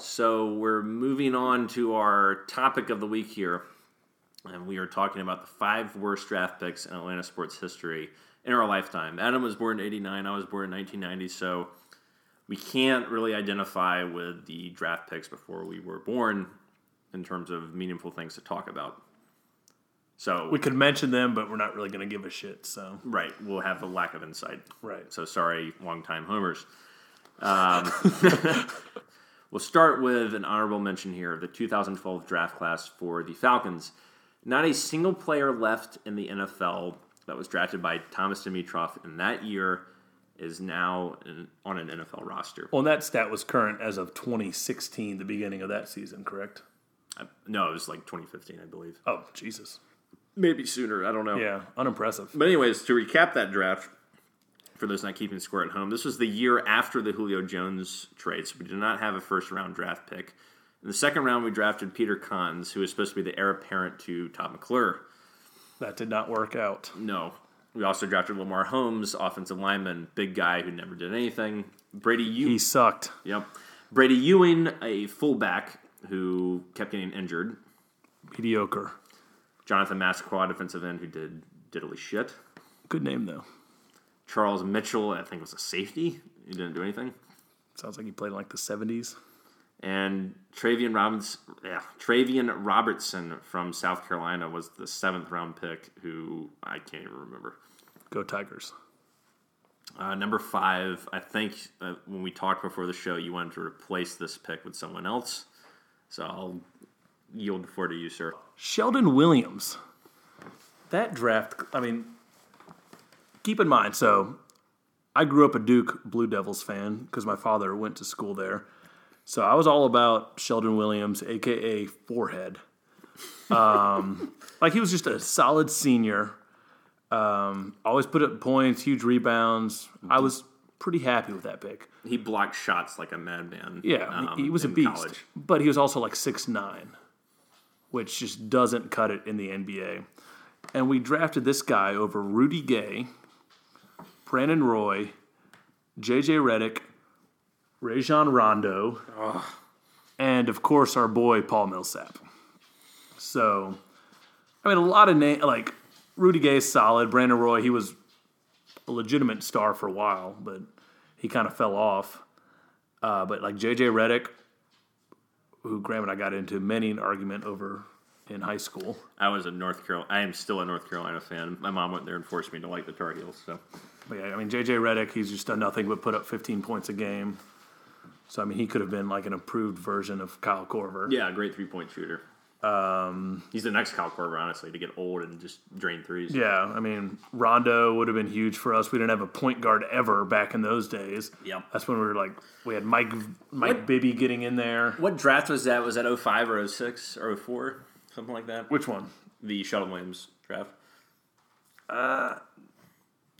So we're moving on to our topic of the week here, and we are talking about the five worst draft picks in Atlanta sports history in our lifetime. Adam was born in '89. I was born in 1990. So we can't really identify with the draft picks before we were born in terms of meaningful things to talk about. So We could mention them, but we're not really going to give a shit. So right, we'll have a lack of insight. right. So sorry, longtime homers. Um, we'll start with an honorable mention here the 2012 draft class for the Falcons. Not a single player left in the NFL that was drafted by Thomas Dimitrov in that year is now in, on an NFL roster. Well, and that stat was current as of 2016, the beginning of that season, correct? I- Uh, No, it was like 2015, I believe. Oh, Jesus. Maybe sooner. I don't know. Yeah, unimpressive. But anyways, to recap that draft, for those not keeping score at home, this was the year after the Julio Jones trade, so we did not have a first round draft pick. In the second round, we drafted Peter Kahn's, who was supposed to be the heir apparent to Todd McClure. That did not work out. No. We also drafted Lamar Holmes, offensive lineman, big guy who never did anything. Brady Ewing. He sucked. Yep. Brady Ewing, a fullback who kept getting injured. Mediocre. Jonathan Masquad, defensive end, who did diddly shit. Good name, though. Charles Mitchell, I think was a safety. He didn't do anything. Sounds like he played in like the 70s. And Travian Robbins, yeah, Travian Robertson from South Carolina was the seventh round pick, who I can't even remember. Go Tigers. Uh, number five, I think uh, when we talked before the show, you wanted to replace this pick with someone else. So I'll yield the floor to you, sir. Sheldon Williams. That draft, I mean, keep in mind, so I grew up a Duke Blue Devils fan because my father went to school there. So I was all about Sheldon Williams, aka Forehead. Um, like he was just a solid senior. Um, always put up points, huge rebounds. I was pretty happy with that pick. He blocked shots like a madman. Yeah, um, he- he was a in beast, college. but he was also like six nine, which just doesn't cut it in the NBA. And we drafted this guy over Rudy Gay, Brandon Roy, J.J. Redick, Rajon Rondo, and of course our boy Paul Millsap. So, I mean, a lot of name like Rudy Gay is solid. Brandon Roy, he was a legitimate star for a while, but he kind of fell off. Uh, but like JJ Reddick, who Graham and I got into many an argument over in high school. I was a North Carolina. I am still a North Carolina fan. My mom went there and forced me to like the Tar Heels. So But yeah, I mean JJ Reddick, he's just done nothing but put up 15 points a game. So I mean, he could have been like an improved version of Kyle Corver. Yeah, great three point shooter. Um, he's the next Kyle Korver, honestly, to get old and just drain threes. Yeah, I mean Rondo would have been huge for us. We didn't have a point guard ever back in those days. Yep. that's when we were like we had Mike Mike Bibby getting in there. What draft was that? Was that 05 or 06 or 04? Something like that. Which one? The Sheldon Williams draft. Uh,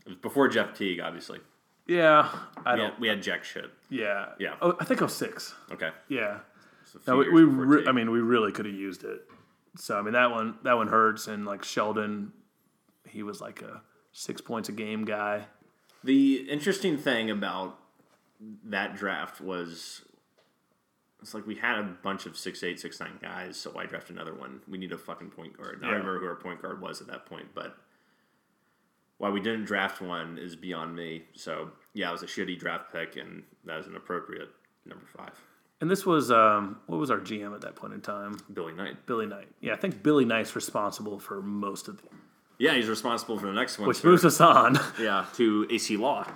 it was before Jeff Teague, obviously. Yeah, I We don't. had, we had Jack shit. Yeah, Yeah. Oh, I think 06. Okay. Yeah. It's a few No, we, years we before re- Teague. I mean, we really could have used it. So I mean, that one that one hurts. And like Sheldon, he was like a six points a game guy. The interesting thing about that draft was it's like we had a bunch of six eight, six nine guys, so why draft another one? We need a fucking point guard. I Yeah. don't remember who our point guard was at that point, but why we didn't draft one is beyond me. So yeah, it was a shitty draft pick and that is an appropriate number five. And this was um, what was our GM at that point in time? Billy Knight. Billy Knight. Yeah, I think Billy Knight's responsible for most of the Yeah, he's responsible for the next one. which sir. moves us on. yeah, to AC Law.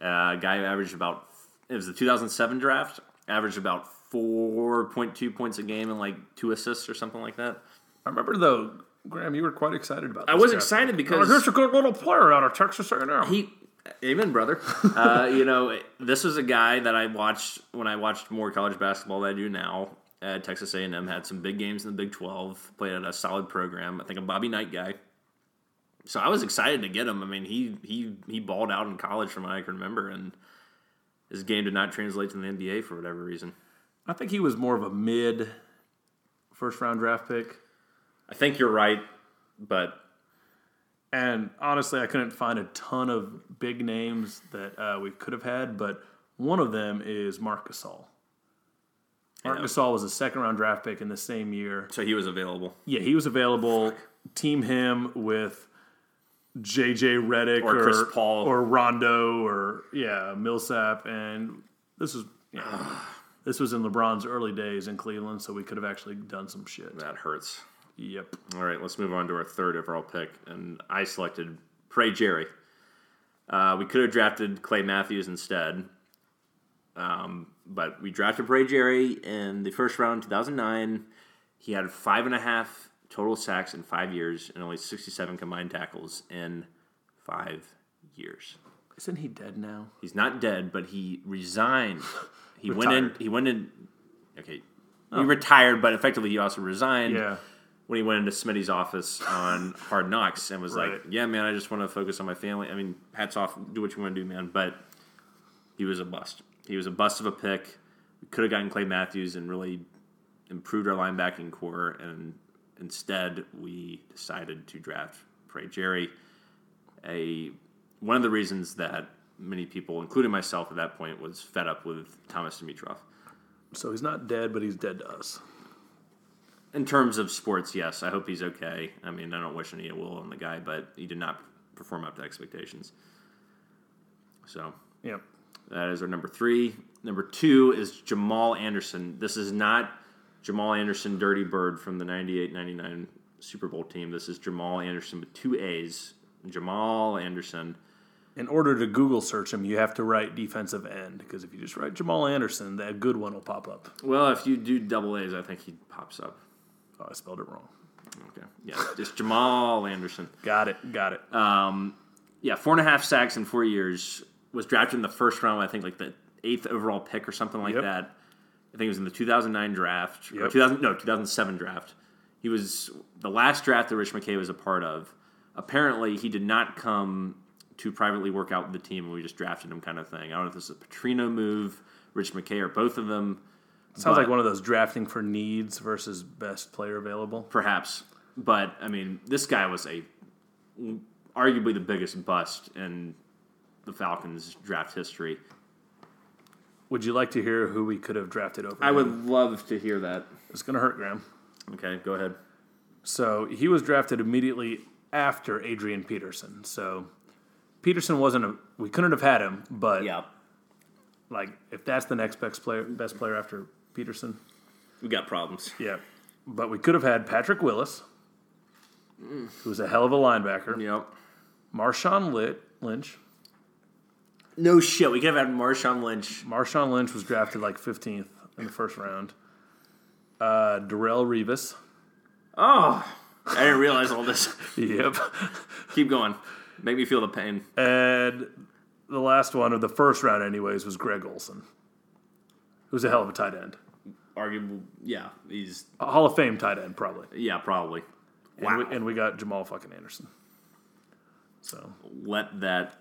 Uh, guy who averaged about it was the 2007 draft, averaged about 4.2 points a game and like two assists or something like that. I remember though, Graham, you were quite excited about. This I was draft. excited Oh, because here's a good little player out of Texas A&M. he amen brother uh, you know this is a guy that i watched when i watched more college basketball than i do now uh, texas a&m had some big games in the big 12 played at a solid program i think a bobby knight guy so i was excited to get him i mean he he he balled out in college from what i can remember and his game did not translate to the nba for whatever reason I think he was more of a mid first round draft pick. i think you're right but And honestly, I couldn't find a ton of big names that uh, we could have had, but one of them is Marc Gasol. Mark Gasol was a second round draft pick in the same year. So he was available. Yeah, he was available. Team him with JJ Reddick Or Chris Paul. or Rondo or yeah Millsap, and this was yeah, this was in LeBron's early days in Cleveland, so we could have actually done some shit. That hurts. Yep. All right, let's move on to our third overall pick, and I selected Pray Jerry. Uh, we could have drafted Clay Matthews instead, um, but we drafted Pray Jerry in the first round, two thousand nine. He had five and a half total sacks in five years, and only sixty-seven combined tackles in five years. Isn't he dead now? He's not dead, but he resigned. He went in. Retired. Oh. He went in. Okay, he retired, but effectively he also resigned Yeah. when he went into Smitty's office on Hard Knocks and was like, Right. "Yeah, man, I just want to focus on my family." I mean, hats off, do what you want to do, man. But he was a bust. He was a bust of a pick. We could have gotten Clay Matthews and really improved our linebacking core, and instead we decided to draft Pray Jerry. A one of the reasons that many people, including myself at that point, was fed up with Thomas Dimitrov. So he's not dead, but he's dead to us. in terms of sports, yes, I hope he's okay. I mean, I don't wish any ill will on the guy, but he did not perform up to expectations. So Yep. that is our number three. Number two is Jamal Anderson. This is not Jamal Anderson Dirty Bird from the 98 99 Super Bowl team. This is Jamal Anderson with two A's. Jamal Anderson. In order to Google search him, you have to write defensive end because if you just write Jamal Anderson, that good one will pop up. Well, if you do double A's, I think he pops up. Oh, I spelled it wrong. Okay. Yeah, just Jamal Anderson. Got it. Got it. Uh, yeah, four and a half sacks in four years. Was drafted in the first round, I think, like the eighth overall pick or something like Yep. that. I think it was in the 2009 draft or Yep. 2000 no 2007 draft. He was the last draft that Rich McKay was a part of. Apparently, he did not come to privately work out with the team, and we just drafted him, kind of thing. I don't know if this is a Petrino move, Rich McKay, or both of them. Sounds but- like one of those drafting for needs versus best player available. perhaps. But I mean, this guy was a arguably the biggest bust in the Falcons draft history. Would you like to hear who we could have drafted over? I him? would love to hear that. It's going to hurt, Graham. Okay, go ahead. So he was drafted immediately after Adrian Peterson. So Peterson wasn't a. We couldn't have had him, but like if that's the next best player, best player after Peterson, we got problems. yeah. But we could have had Patrick Willis, who's a hell of a linebacker. Yep. Marshawn Lit Lynch. No shit. We could have had Marshawn Lynch. Marshawn Lynch was drafted like 15th in the first round. Uh, Darrell Revis. Oh, I didn't realize all this. Yep. Keep going. Make me feel the pain. and the last one of the first round, anyways, was Greg Olson, who's a hell of a tight end, Arguable. Yeah, he's a Hall of Fame tight end, probably. yeah probably. And, we, and we got Jamal fucking Anderson. So Let that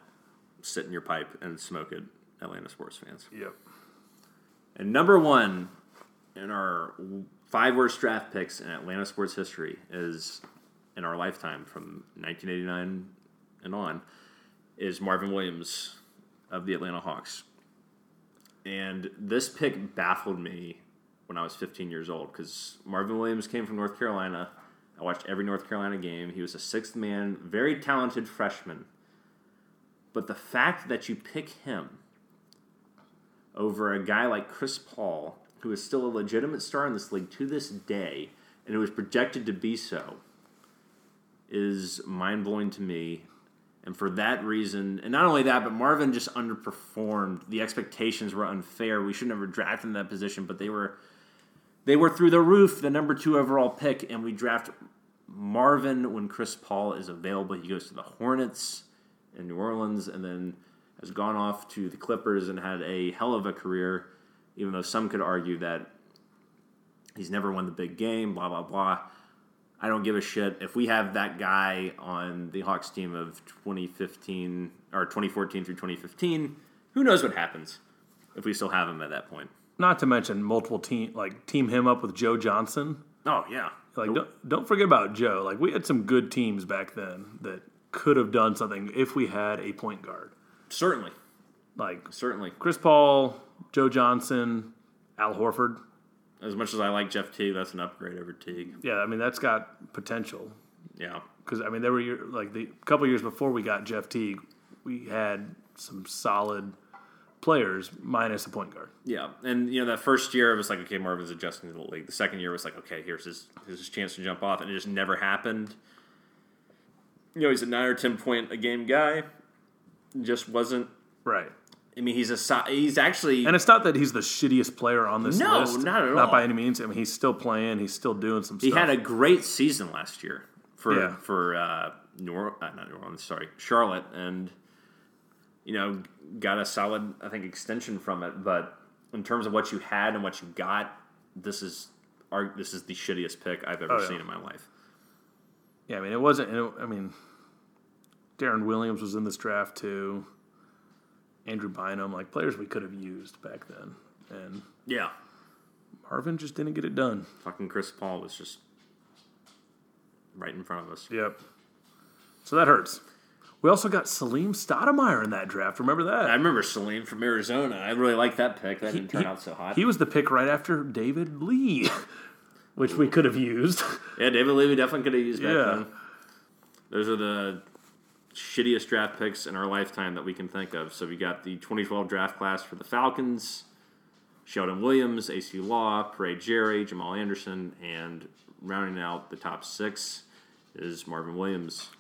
sit in your pipe and smoke it, Atlanta sports fans. yep. And number one in our five worst draft picks in Atlanta sports history is in our lifetime from 1989 and on is Marvin Williams of the Atlanta Hawks. And this pick baffled me when I was 15 years old because Marvin Williams came from North Carolina. I watched every North Carolina game. He was a sixth man, very talented freshman. But the fact that you pick him over a guy like Chris Paul, who is still a legitimate star in this league to this day, and who is projected to be so, is mind blowing to me. And for that reason, and not only that, but Marvin just underperformed. The expectations were unfair. We should never draft him in that position, but they were they were through the roof, the number two overall pick, and we draft Marvin when Chris Paul is available. He goes to the Hornets in New Orleans and then has gone off to the Clippers and had a hell of a career, even though some could argue that he's never won the big game, blah, blah, blah. I don't give a shit. If we have that guy on the Hawks team of 2015 or 2014 through 2015, who knows what happens if we still have him at that point. Not to mention multiple team like team him up with Joe Johnson. Oh, yeah. Like don't don't forget about Joe. Like we had some good teams back then that could have done something if we had a point guard. Certainly. Like Certainly. Chris Paul, Joe Johnson, Al Horford. As much as I like Jeff Teague, that's an upgrade over Teague. Yeah, I mean that's got potential Yeah. because I mean there were year, like the couple years before we got Jeff Teague, we had some solid players minus a point guard. Yeah, and you know that first year it was like okay, Marvin's adjusting to the league. The second year was like okay, here's his here's his chance to jump off, and it just never happened. You know, he's a nine or ten point a game guy. Just wasn't. Right. I mean, he's a so- he's actually And it's not that he's the shittiest player on this No, list. not at all. by any means. I mean, he's still playing. He's still doing some he stuff. had a great season last year for Yeah. for uh, New Orleans, not New Orleans, sorry, Charlotte, and you know got a solid I think extension from it. But in terms of what you had and what you got, this is our this is the shittiest pick I've ever Oh, yeah. seen in my life. yeah, I mean, it wasn't. and It, I mean, Darren Williams was in this draft too. Andrew Bynum, like players we could have used back then, and Yeah. Marvin just didn't get it done. Fucking Chris Paul was just right in front of us. Yep. So that hurts. We also got Salim Stoudemire in that draft. Remember that? I remember Salim from Arizona. I really liked that pick. That didn't turn out so hot. He was the pick right after David Lee, which we could have used. yeah, David Levy definitely could have used back Yeah. then. Those are the shittiest draft picks in our lifetime that we can think of. So we got the 2012 draft class for the Falcons, Sheldon Williams, AC Law, Parade Jerry, Jamal Anderson, and rounding out the top six is Marvin Williams.